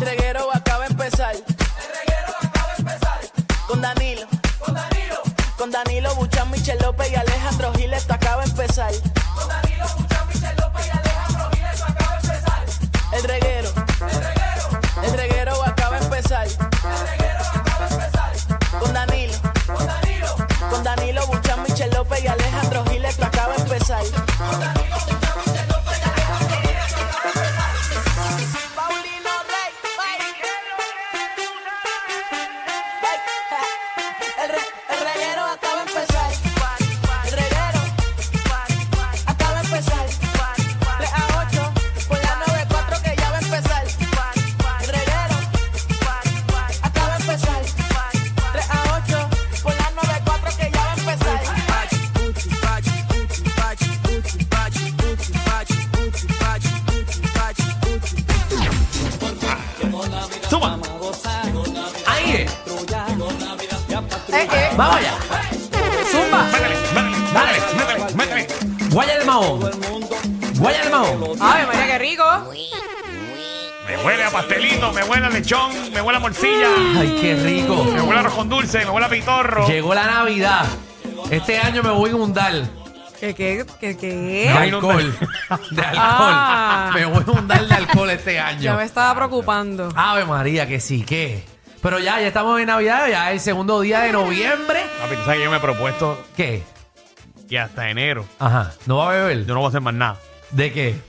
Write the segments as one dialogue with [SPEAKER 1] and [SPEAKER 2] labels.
[SPEAKER 1] reguero acaba de empezar. Con Danilo, con Danilo Buchan, Michel López y Alejandro Giles, esto acaba de empezar. El reguero, el reguero acaba de empezar. Con Danilo, con Danilo Buchan, Michel López y Alejandro Giles, esto acaba de empezar. Paulino Rey, El, re- el reguero acaba de empezar. El reguero acaba de empezar. 3 a 8 por la 94 que ya va a empezar. El reguero acaba de empezar. 3 a 8 por la 94 que ya va a empezar.
[SPEAKER 2] Suma. Ahí es.
[SPEAKER 1] Eh, eh.
[SPEAKER 2] Vamos allá. Zumba.
[SPEAKER 3] Métele, métele, métele, métele, métele.
[SPEAKER 2] Guaya del mahón. Guaya del mahón.
[SPEAKER 4] Ay, María, qué rico.
[SPEAKER 3] Me huele a pastelito, me huele a lechón, me huele a morcilla,
[SPEAKER 2] Ay,
[SPEAKER 4] Mm.
[SPEAKER 2] qué rico.
[SPEAKER 3] me huele a arroz con dulce, me huele a pitorro.
[SPEAKER 2] Llegó la Navidad. Este año me voy a inundar
[SPEAKER 4] ¿Qué, qué, qué,
[SPEAKER 2] de
[SPEAKER 4] qué?
[SPEAKER 3] No.
[SPEAKER 2] alcohol. De alcohol.
[SPEAKER 4] ¿Eh? Ah.
[SPEAKER 2] Me voy a inundar de alcohol este
[SPEAKER 4] Ya
[SPEAKER 2] año.
[SPEAKER 4] me estaba preocupando.
[SPEAKER 2] Ave María, que sí, que. Pero ya, ya estamos en Navidad, ya es el segundo día de noviembre.
[SPEAKER 3] Papi, tú sabes que yo me he propuesto
[SPEAKER 2] ¿Qué?
[SPEAKER 3] que hasta enero
[SPEAKER 2] Ajá. ¿No va a beber?
[SPEAKER 3] yo no voy a hacer más nada.
[SPEAKER 2] ¿De qué?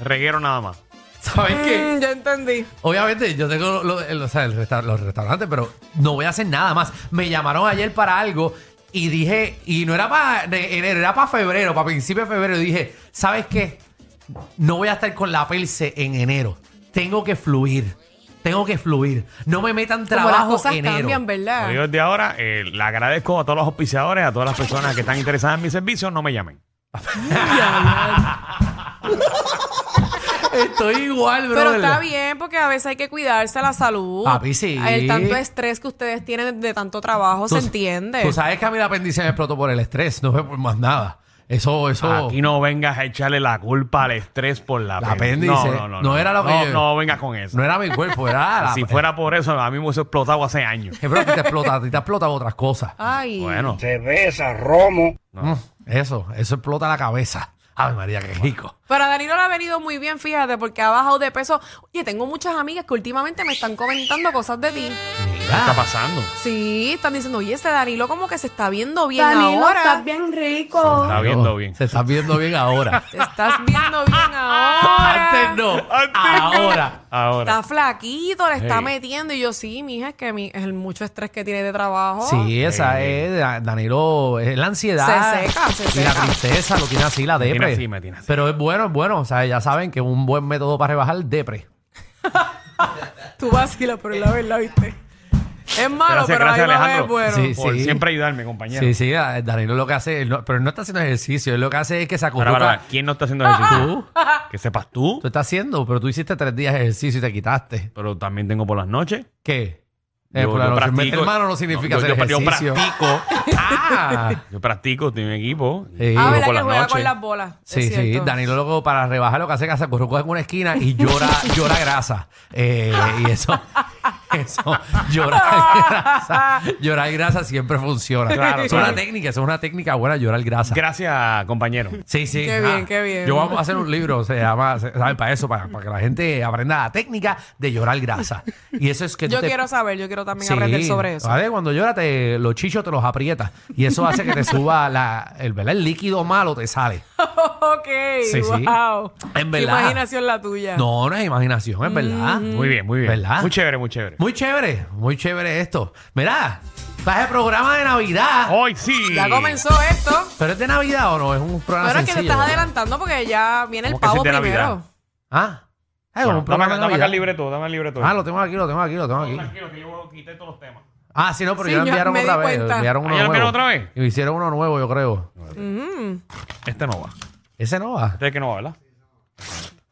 [SPEAKER 3] Reguero nada más.
[SPEAKER 2] ¿Sabes qué?
[SPEAKER 4] Mm, ya entendí.
[SPEAKER 2] Obviamente, yo tengo lo- el- o sea, el resta- los restaurantes, pero no voy a hacer nada más. Me llamaron ayer para algo y dije, y no era para enero, era para febrero, para principios de febrero. Y dije, ¿sabes qué? No voy a estar con la pelce en enero. Tengo que fluir. Tengo que fluir. No me metan
[SPEAKER 4] Como
[SPEAKER 2] trabajo
[SPEAKER 4] las cosas
[SPEAKER 2] enero.
[SPEAKER 4] cambian,
[SPEAKER 3] Lo
[SPEAKER 4] ¿verdad?
[SPEAKER 3] digo desde ahora, eh, le agradezco a todos los auspiciadores, a todas las personas que están interesadas en mis servicios, no me llamen.
[SPEAKER 2] Estoy igual, bro.
[SPEAKER 4] Pero está bien porque a veces hay que cuidarse la salud.
[SPEAKER 2] Papi, sí.
[SPEAKER 4] El tanto estrés que ustedes tienen de tanto trabajo se entiende.
[SPEAKER 2] Tú sabes que a mí la apéndice me explotó por el estrés, no fue por más nada. Eso, eso.
[SPEAKER 3] Aquí no vengas a echarle la culpa al estrés por la
[SPEAKER 2] La
[SPEAKER 3] apéndice.
[SPEAKER 2] apéndice. No era lo que
[SPEAKER 3] no,
[SPEAKER 2] yo-
[SPEAKER 3] no vengas con eso.
[SPEAKER 2] no era mi cuerpo, era la.
[SPEAKER 3] si fuera por eso, a mí me hubiese explotado hace años.
[SPEAKER 2] Que, bro, que te explota, a ti te explota otras cosas.
[SPEAKER 4] Ay.
[SPEAKER 3] Bueno,
[SPEAKER 5] cerveza, romo.
[SPEAKER 2] Mm, Eso, eso explota la cabeza. Ay, María, qué rico.
[SPEAKER 4] Pero a Danilo le ha venido muy bien, fíjate, porque ha bajado de peso. Oye, tengo muchas amigas que últimamente me están comentando cosas de ti.
[SPEAKER 3] ¿qué está
[SPEAKER 2] Mira,
[SPEAKER 3] pasando?
[SPEAKER 4] Sí, están diciendo, oye, ese Danilo como que se está viendo bien
[SPEAKER 6] Danilo,
[SPEAKER 4] ahora.
[SPEAKER 6] estás bien rico.
[SPEAKER 3] Está viendo bien.
[SPEAKER 2] Se está viendo bien ahora.
[SPEAKER 4] Te estás viendo bien ahora.
[SPEAKER 2] Antes no, ahora.
[SPEAKER 3] Ahora.
[SPEAKER 4] Está flaquito, le está
[SPEAKER 3] Hey.
[SPEAKER 4] metiendo. Y yo, sí, mija, es que mi, es el mucho estrés que tiene de trabajo.
[SPEAKER 2] Sí, esa
[SPEAKER 3] Oh. Sí.
[SPEAKER 2] es, Da- Danilo, es la ansiedad.
[SPEAKER 4] Se seca, se
[SPEAKER 2] Y la
[SPEAKER 4] seca.
[SPEAKER 2] tristeza, lo tiene así, la
[SPEAKER 3] tiene
[SPEAKER 2] depre.
[SPEAKER 3] así, me tiene así.
[SPEAKER 2] Pero es bueno, es bueno. O sea, ya saben que un buen método para rebajar, depre.
[SPEAKER 4] Tú vacilas, pero la verdad, viste. Es
[SPEAKER 3] Gracias,
[SPEAKER 4] malo, pero
[SPEAKER 3] gracias,
[SPEAKER 4] ahí va a ver,
[SPEAKER 3] Alejandro.
[SPEAKER 4] bueno.
[SPEAKER 2] Sí,
[SPEAKER 3] Por siempre ayudarme, compañero.
[SPEAKER 2] Sí, sí, a- Danilo lo que hace, él no- pero él no está haciendo ejercicio, él lo que hace es que se
[SPEAKER 3] Ahora, ahora,
[SPEAKER 2] acurruca.
[SPEAKER 3] ahora, ¿Quién no está haciendo
[SPEAKER 4] Ah,
[SPEAKER 3] ejercicio?
[SPEAKER 2] Tú,
[SPEAKER 3] Que sepas tú.
[SPEAKER 2] tú estás haciendo, pero tú hiciste tres días de ejercicio y te quitaste.
[SPEAKER 3] Pero también tengo por las noches.
[SPEAKER 2] ¿Qué? Eh,
[SPEAKER 3] Yo-
[SPEAKER 2] por la
[SPEAKER 3] yo
[SPEAKER 2] noche,
[SPEAKER 3] practico-
[SPEAKER 2] meter mano no significa
[SPEAKER 3] No, yo-
[SPEAKER 2] hacer
[SPEAKER 3] yo- yo
[SPEAKER 2] ejercicio.
[SPEAKER 3] practico.
[SPEAKER 2] Ah,
[SPEAKER 3] Yo practico, tengo un equipo.
[SPEAKER 2] Sí.
[SPEAKER 4] Ah,
[SPEAKER 2] Digo,
[SPEAKER 3] por
[SPEAKER 4] ¿verdad que
[SPEAKER 3] las
[SPEAKER 4] juega con
[SPEAKER 3] noches.
[SPEAKER 4] las bolas? Es
[SPEAKER 2] sí, sí.
[SPEAKER 4] cierto.
[SPEAKER 2] Danilo loco para rebajar lo que hace que se acurruca en una esquina y llora, llora grasa. Eh, y eso, eso, llorar grasa. Llorar grasa siempre funciona.
[SPEAKER 3] Claro,
[SPEAKER 2] es
[SPEAKER 3] claro.
[SPEAKER 2] una técnica, eso es una técnica buena, llorar grasa.
[SPEAKER 3] Gracias, compañero.
[SPEAKER 4] Mm.
[SPEAKER 2] Sí, sí. Ah.
[SPEAKER 4] Qué bien, qué bien.
[SPEAKER 2] Yo vamos a hacer un libro, se llama, se- ¿sabes? Para eso, para, para que la gente aprenda la técnica de llorar grasa. Y eso es que tú
[SPEAKER 4] Yo
[SPEAKER 2] te-
[SPEAKER 4] quiero saber, yo quiero también
[SPEAKER 2] Sí.
[SPEAKER 4] aprender sobre eso.
[SPEAKER 2] A ver, cuando llora, te- los chichos te los aprieta. Y eso hace que te suba la, el, ¿verdad? el líquido malo, te sale.
[SPEAKER 4] ok,
[SPEAKER 2] Sí, sí.
[SPEAKER 4] wow.
[SPEAKER 2] En
[SPEAKER 4] Qué
[SPEAKER 2] verdad.
[SPEAKER 4] imaginación la tuya.
[SPEAKER 2] No, no es imaginación, es verdad.
[SPEAKER 4] Mm.
[SPEAKER 3] Muy bien, muy bien.
[SPEAKER 2] ¿Verdad?
[SPEAKER 3] Muy chévere, muy chévere.
[SPEAKER 2] Muy chévere, muy chévere esto. Mirá, baja el programa de Navidad.
[SPEAKER 3] Hoy sí.
[SPEAKER 4] Ya comenzó esto.
[SPEAKER 2] ¿Pero es de Navidad o no? Es un programa
[SPEAKER 4] Pero es que te
[SPEAKER 2] Ah, sencillo.
[SPEAKER 4] estás adelantando porque ya viene el
[SPEAKER 3] ¿Cómo que sí
[SPEAKER 4] pavo
[SPEAKER 3] es de
[SPEAKER 4] primero.
[SPEAKER 3] Navidad?
[SPEAKER 2] Ah, es
[SPEAKER 3] Bueno,
[SPEAKER 2] un
[SPEAKER 3] dame,
[SPEAKER 2] programa
[SPEAKER 3] acá-
[SPEAKER 2] de
[SPEAKER 3] dame acá
[SPEAKER 2] Navidad.
[SPEAKER 3] el libreto, dame el libreto.
[SPEAKER 2] Ah, lo tengo aquí, lo tengo aquí, lo tengo aquí.
[SPEAKER 3] que yo quité todos los temas.
[SPEAKER 2] Ah, sí, no, pero
[SPEAKER 4] Sí,
[SPEAKER 2] ya lo
[SPEAKER 4] yo
[SPEAKER 2] enviaron
[SPEAKER 4] me di
[SPEAKER 2] otra vez.
[SPEAKER 4] cuenta.
[SPEAKER 2] Enviaron
[SPEAKER 3] Ah,
[SPEAKER 2] uno
[SPEAKER 3] ¿ya lo
[SPEAKER 2] nuevo.
[SPEAKER 3] enviaron otra vez?
[SPEAKER 2] Y Hicieron uno nuevo, yo creo.
[SPEAKER 3] Este no va.
[SPEAKER 2] Ese no va.
[SPEAKER 3] Este es que no va, ¿verdad?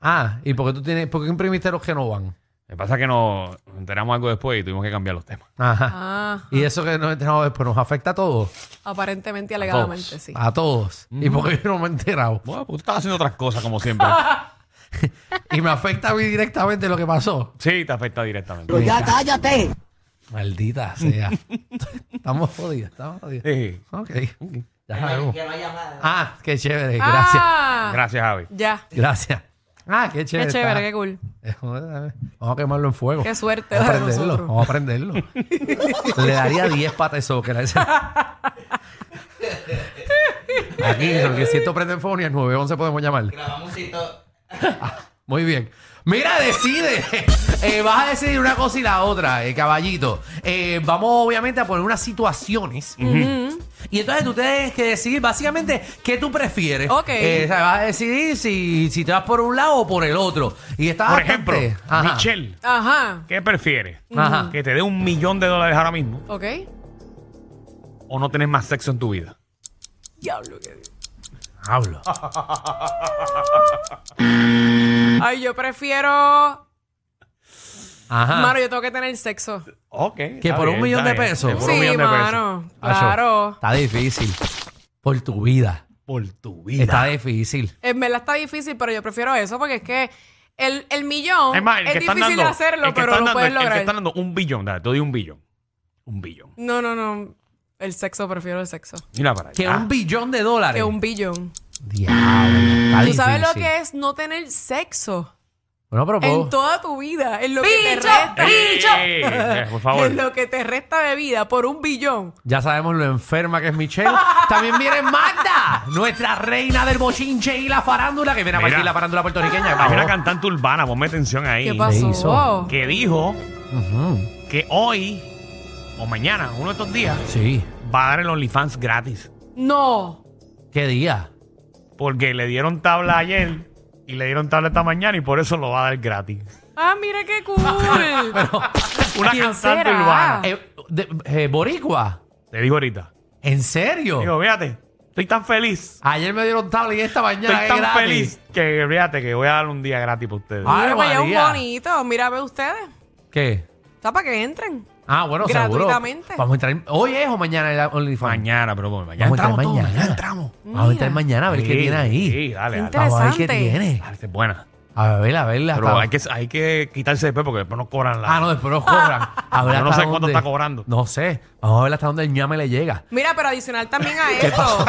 [SPEAKER 2] Ah, ¿y por qué tú tienes, por qué imprimiste los que no van?
[SPEAKER 3] Me pasa que nos enteramos algo después y tuvimos que cambiar los temas.
[SPEAKER 2] Ajá.
[SPEAKER 4] Ah,
[SPEAKER 2] Y eso que nos enteramos después nos afecta a todos.
[SPEAKER 4] aparentemente,
[SPEAKER 2] todos.
[SPEAKER 4] alegadamente, sí.
[SPEAKER 2] A todos. ¿Y por qué yo no me he enterado?
[SPEAKER 3] Bueno, pues tú estás haciendo otras cosas como siempre.
[SPEAKER 2] y me afecta a mí directamente lo que pasó.
[SPEAKER 3] Sí, te afecta directamente.
[SPEAKER 5] Pero ya cállate.
[SPEAKER 2] Maldita sea. estamos jodidos, estamos jodidos.
[SPEAKER 3] Sí.
[SPEAKER 2] Ok. Ya sabemos.
[SPEAKER 5] no hay llamada.
[SPEAKER 2] Ah, qué chévere, gracias.
[SPEAKER 4] Ah,
[SPEAKER 3] Gracias, Javi.
[SPEAKER 4] Ya.
[SPEAKER 2] Gracias. Ah, qué
[SPEAKER 4] Qué
[SPEAKER 2] chévere.
[SPEAKER 4] chévere, qué
[SPEAKER 2] está.
[SPEAKER 4] cool.
[SPEAKER 2] Vamos a quemarlo en fuego.
[SPEAKER 4] Qué suerte
[SPEAKER 2] Vamos a
[SPEAKER 4] de
[SPEAKER 2] prenderlo.
[SPEAKER 4] nosotros.
[SPEAKER 2] Vamos a prenderlo. Le daría 10 patas eso que la Aquí, porque si esto prende en fuego ni al 911 podemos llamar. Ah,
[SPEAKER 5] Grabamos y todo.
[SPEAKER 2] Muy bien. Mira, decide. Eh, vas a decidir una cosa y la otra, eh, caballito. Eh, vamos obviamente a poner unas situaciones. Y entonces tú tienes que decidir básicamente qué tú prefieres.
[SPEAKER 4] Ok.
[SPEAKER 2] Eh, o sea, vas a decidir si, si te vas por un lado o por el otro. Y estás
[SPEAKER 3] Por ejemplo,
[SPEAKER 2] bastante- Ajá.
[SPEAKER 3] Michelle,
[SPEAKER 4] Ajá.
[SPEAKER 3] ¿qué prefieres?
[SPEAKER 2] Ajá.
[SPEAKER 3] ¿Que te dé un millón de dólares ahora mismo
[SPEAKER 4] Ok.
[SPEAKER 3] o no tener más sexo en tu vida?
[SPEAKER 4] Diablo, qué Dios.
[SPEAKER 2] Hablo.
[SPEAKER 4] Ay, yo
[SPEAKER 3] Ah.
[SPEAKER 4] prefiero.
[SPEAKER 2] Ajá.
[SPEAKER 4] Mano, yo tengo que tener sexo.
[SPEAKER 3] Ok.
[SPEAKER 2] ¿Que
[SPEAKER 3] está
[SPEAKER 2] por un
[SPEAKER 3] bien,
[SPEAKER 2] millón
[SPEAKER 3] está
[SPEAKER 2] de
[SPEAKER 3] bien.
[SPEAKER 2] pesos?
[SPEAKER 3] Que Por un
[SPEAKER 4] Sí,
[SPEAKER 3] millón de pesos. Ah,
[SPEAKER 4] mano. Claro.
[SPEAKER 2] Está difícil. Por tu vida.
[SPEAKER 3] Por tu vida.
[SPEAKER 2] Está difícil.
[SPEAKER 4] En verdad está difícil, pero yo prefiero eso porque es que el, el millón
[SPEAKER 3] Es más, el
[SPEAKER 4] es
[SPEAKER 3] que están
[SPEAKER 4] difícil
[SPEAKER 3] dando,
[SPEAKER 4] hacerlo,
[SPEAKER 3] el que
[SPEAKER 4] pero
[SPEAKER 3] están
[SPEAKER 4] lo
[SPEAKER 3] dando-
[SPEAKER 4] puedes
[SPEAKER 3] el que
[SPEAKER 4] lograr.
[SPEAKER 3] están dando un billón, dale, te doy un billón. Un billón.
[SPEAKER 4] No, no, no. El sexo, prefiero el sexo.
[SPEAKER 3] Mira para allá.
[SPEAKER 2] Que un billón de dólares.
[SPEAKER 4] Ah. Que un billón.
[SPEAKER 2] Diablo. Está
[SPEAKER 4] ¿Tú sabes lo
[SPEAKER 2] difícil.
[SPEAKER 4] que es no tener sexo?
[SPEAKER 2] Bueno, pero pues, puedo-
[SPEAKER 4] En toda tu vida. En lo que te
[SPEAKER 1] Bicho,
[SPEAKER 4] resta.
[SPEAKER 3] ¡Ey! Eh, Por favor.
[SPEAKER 4] En lo que te resta de vida por un billón.
[SPEAKER 2] Ya sabemos lo enferma que es Michelle. También viene Magda, nuestra reina del bochinche y la farándula, que viene a
[SPEAKER 3] Mira. Ah,
[SPEAKER 2] partir la farándula puertorriqueña.
[SPEAKER 3] Hay una
[SPEAKER 2] Vamos.
[SPEAKER 3] cantante urbana, ponme atención ahí.
[SPEAKER 4] ¿Qué
[SPEAKER 2] hizo.
[SPEAKER 4] pasó?
[SPEAKER 3] Que dijo
[SPEAKER 2] Ujú.
[SPEAKER 3] que hoy o mañana, uno de estos días,
[SPEAKER 2] Sí.
[SPEAKER 3] va a dar el OnlyFans gratis.
[SPEAKER 4] No.
[SPEAKER 2] ¿Qué día?
[SPEAKER 3] Porque le dieron tabla ayer y le dieron tabla esta mañana y por eso lo va a dar gratis.
[SPEAKER 4] Ah, mira qué cool.
[SPEAKER 3] Una
[SPEAKER 4] ¿Quién
[SPEAKER 3] cantante
[SPEAKER 4] será?
[SPEAKER 3] urbana.
[SPEAKER 2] Eh, de- eh, boricua.
[SPEAKER 3] Te digo ahorita.
[SPEAKER 2] ¿En serio?
[SPEAKER 3] Digo, fíjate, estoy tan feliz.
[SPEAKER 2] Ayer me dieron tabla y esta mañana
[SPEAKER 3] Estoy
[SPEAKER 2] es
[SPEAKER 3] tan
[SPEAKER 2] gratis.
[SPEAKER 3] feliz que fíjate que voy a dar un día gratis para ustedes.
[SPEAKER 2] Ah. Ave
[SPEAKER 4] Mira, vaya un
[SPEAKER 2] María.
[SPEAKER 4] bonito. Mira, ve ustedes.
[SPEAKER 2] ¿Qué?
[SPEAKER 4] Está para que entren.
[SPEAKER 2] Ah, bueno, seguro.
[SPEAKER 4] Gratuitamente.
[SPEAKER 2] Vamos a entrar. ¿Hoy es o mañana el OnlyFans?
[SPEAKER 3] Mañana, pero bueno, mañana
[SPEAKER 2] Vamos a entrar
[SPEAKER 3] entramos todos,
[SPEAKER 2] mañana.
[SPEAKER 3] mañana entramos.
[SPEAKER 2] Vamos a entrar
[SPEAKER 4] Mira.
[SPEAKER 2] mañana a ver qué
[SPEAKER 3] Sí,
[SPEAKER 2] tiene ahí.
[SPEAKER 3] Sí, dale, dale.
[SPEAKER 4] Inter-
[SPEAKER 2] Vamos a ver qué
[SPEAKER 4] Interesante.
[SPEAKER 2] tiene.
[SPEAKER 3] Dale, esta es buena.
[SPEAKER 2] A ver, a verla.
[SPEAKER 3] Pero
[SPEAKER 2] hasta-
[SPEAKER 3] hay que, hay que quitarse después porque después nos cobran la.
[SPEAKER 2] Ah, no, después nos cobran. A ver
[SPEAKER 3] Yo no
[SPEAKER 2] hasta
[SPEAKER 3] sé cuánto
[SPEAKER 2] dónde-
[SPEAKER 3] está cobrando.
[SPEAKER 2] No sé. Vamos a ver hasta dónde el ñame le llega.
[SPEAKER 4] Mira, pero adicional también a esto.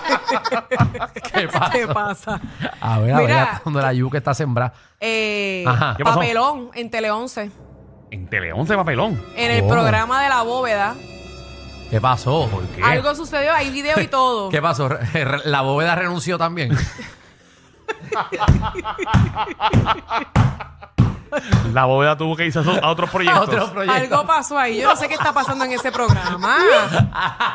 [SPEAKER 2] ¿Qué Ah. pasa?
[SPEAKER 4] ¿Qué pasa?
[SPEAKER 2] A ver, a ver
[SPEAKER 4] Mira.
[SPEAKER 2] hasta dónde la yuca está sembrada.
[SPEAKER 4] Eh,
[SPEAKER 2] Ajá.
[SPEAKER 3] ¿Qué pasó?
[SPEAKER 4] papelón en Tele 11.
[SPEAKER 3] En Tele 11 papelón.
[SPEAKER 4] En el
[SPEAKER 2] Oh.
[SPEAKER 4] programa de la bóveda.
[SPEAKER 2] ¿Qué pasó?
[SPEAKER 3] ¿Por qué?
[SPEAKER 4] Algo sucedió, hay video y todo.
[SPEAKER 2] ¿Qué pasó? Re- re- La bóveda renunció también.
[SPEAKER 3] La bóveda tuvo que irse a, a otros proyectos.
[SPEAKER 2] A otro proyecto.
[SPEAKER 4] Algo pasó ahí. Yo no sé qué está pasando en ese programa.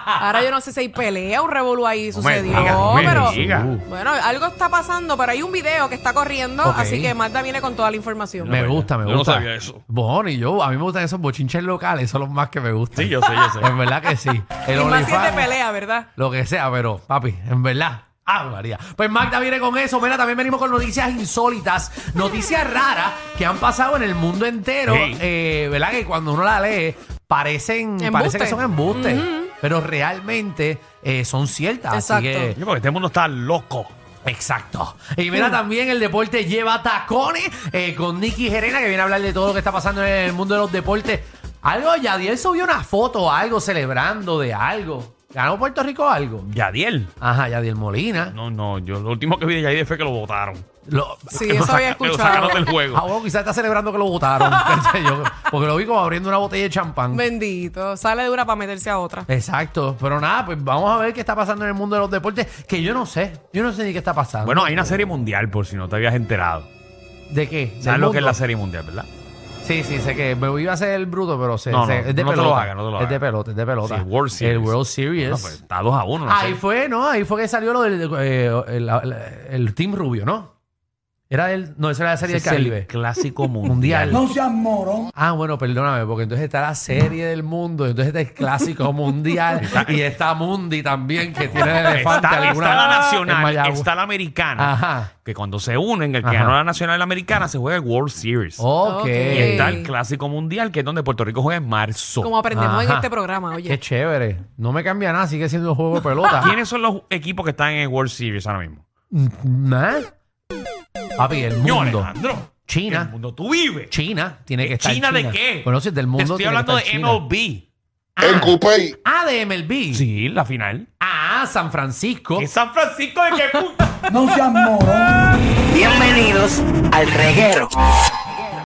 [SPEAKER 4] Ahora yo no sé si hay pelea, un revolú ahí
[SPEAKER 3] No me
[SPEAKER 4] sucedió.
[SPEAKER 3] digas, no me
[SPEAKER 4] pero
[SPEAKER 3] digas.
[SPEAKER 2] Uh.
[SPEAKER 4] bueno, algo está pasando, pero hay un video que está corriendo,
[SPEAKER 2] Ok.
[SPEAKER 4] así que Marta viene con toda la información.
[SPEAKER 2] Me gusta, me
[SPEAKER 3] Yo no
[SPEAKER 2] gusta.
[SPEAKER 3] sabía eso.
[SPEAKER 2] Bueno, y yo, a mí me gustan esos bochinches locales, son los más que me gustan.
[SPEAKER 3] Sí, yo sé, yo sé.
[SPEAKER 2] En verdad que sí. El
[SPEAKER 4] y más si es de
[SPEAKER 2] OnlyFans,
[SPEAKER 4] pelea, ¿verdad?
[SPEAKER 2] lo que sea, pero papi, en verdad. Ah, María. Pues Magda viene con eso. Mira, también venimos con noticias insólitas, noticias raras que han pasado en el mundo entero.
[SPEAKER 3] Sí.
[SPEAKER 2] eh, ¿Verdad? Que cuando uno la lee, parecen,
[SPEAKER 4] Embuste.
[SPEAKER 2] parece que son embustes, pero realmente eh, son ciertas. Así
[SPEAKER 4] Exacto.
[SPEAKER 2] que
[SPEAKER 3] Sí, Porque este mundo está loco.
[SPEAKER 2] Exacto. Y mira, también el deporte lleva tacones eh, con Nicky Gerena, que viene a hablar de todo lo que está pasando en el mundo de los deportes. Algo, Yadiel subió una foto, o algo celebrando de algo. ¿Ganó Puerto Rico algo?
[SPEAKER 3] Yadiel.
[SPEAKER 2] Ajá, Yadiel Molina.
[SPEAKER 3] No, no, yo lo último que vi de Yadiel fue que lo votaron.
[SPEAKER 2] Lo-
[SPEAKER 4] Sí, eso había
[SPEAKER 3] Que lo sacaron
[SPEAKER 4] escuchado.
[SPEAKER 3] del juego.
[SPEAKER 2] Ah, bueno, quizás está celebrando que lo votaron. qué sé yo, porque lo vi como abriendo una botella de champán.
[SPEAKER 4] Bendito, sale de una para meterse a otra.
[SPEAKER 2] Exacto. Pero nada, pues vamos a ver qué está pasando en el mundo de los deportes, que yo no sé. Yo no sé ni qué está pasando.
[SPEAKER 3] Bueno, hay una serie mundial, por si no te habías enterado.
[SPEAKER 2] ¿de qué?
[SPEAKER 3] ¿Sabes lo que es la
[SPEAKER 2] serie?
[SPEAKER 3] serie mundial, verdad?
[SPEAKER 2] Sí, sí, sé que me iba a hacer el bruto, pero sé,
[SPEAKER 3] No,
[SPEAKER 2] sé,
[SPEAKER 3] no,
[SPEAKER 2] es de
[SPEAKER 3] no te
[SPEAKER 2] pelota.
[SPEAKER 3] lo hagas, no te
[SPEAKER 2] Es
[SPEAKER 3] lo
[SPEAKER 2] de
[SPEAKER 3] hagas.
[SPEAKER 2] pelota, es de pelota.
[SPEAKER 3] Sí, World Series.
[SPEAKER 2] El World
[SPEAKER 3] Bueno,
[SPEAKER 2] Series.
[SPEAKER 3] pues, está 2 a 1. No
[SPEAKER 2] Ahí
[SPEAKER 3] sé.
[SPEAKER 2] fue, ¿no? Ahí fue que salió lo del eh, el, el- el Team Rubio, ¿no? Era el, no, esa era la serie
[SPEAKER 3] Ese
[SPEAKER 2] del
[SPEAKER 3] es
[SPEAKER 2] Caribe.
[SPEAKER 3] el clásico mundial.
[SPEAKER 2] Mundial.
[SPEAKER 5] No seas morón.
[SPEAKER 2] Ah, bueno, perdóname, porque entonces está la serie del mundo, entonces está el clásico mundial y está Mundi también, que tiene el elefante
[SPEAKER 3] Está,
[SPEAKER 2] alguna
[SPEAKER 3] está la
[SPEAKER 2] en
[SPEAKER 3] nacional,
[SPEAKER 2] Mayagüez.
[SPEAKER 3] está la americana.
[SPEAKER 2] Ajá.
[SPEAKER 3] Que cuando se unen, el que
[SPEAKER 2] Ajá. Oh,
[SPEAKER 3] ganó la nacional y la americana se juega el World Series.
[SPEAKER 2] Ok.
[SPEAKER 4] Ok.
[SPEAKER 3] Y está el
[SPEAKER 4] Ey.
[SPEAKER 3] clásico mundial, que es donde Puerto Rico juega en marzo.
[SPEAKER 4] Como aprendemos en
[SPEAKER 2] Ajá.
[SPEAKER 4] este programa,
[SPEAKER 2] Qué
[SPEAKER 4] oye.
[SPEAKER 2] chévere. No me cambia nada, sigue siendo un juego de pelota.
[SPEAKER 3] ¿Quiénes son los equipos que están en el World Series ahora mismo?
[SPEAKER 2] ¿Más? mm, ¿eh? Papi, el
[SPEAKER 3] Yo,
[SPEAKER 2] mundo.
[SPEAKER 3] Alejandro.
[SPEAKER 2] China.
[SPEAKER 3] El mundo tú vives.
[SPEAKER 2] China tiene que estar.
[SPEAKER 3] ¿China de qué?
[SPEAKER 2] Bueno, si es del mundo.
[SPEAKER 3] Te estoy
[SPEAKER 2] tiene que
[SPEAKER 3] hablando de
[SPEAKER 2] estar China.
[SPEAKER 3] MLB.
[SPEAKER 6] El coupé.
[SPEAKER 2] Ah, de MLB.
[SPEAKER 3] Sí, la final.
[SPEAKER 2] Ah, San Francisco.
[SPEAKER 3] ¿En San Francisco de qué puta?
[SPEAKER 5] No seas morón.
[SPEAKER 1] Bienvenidos al reguero.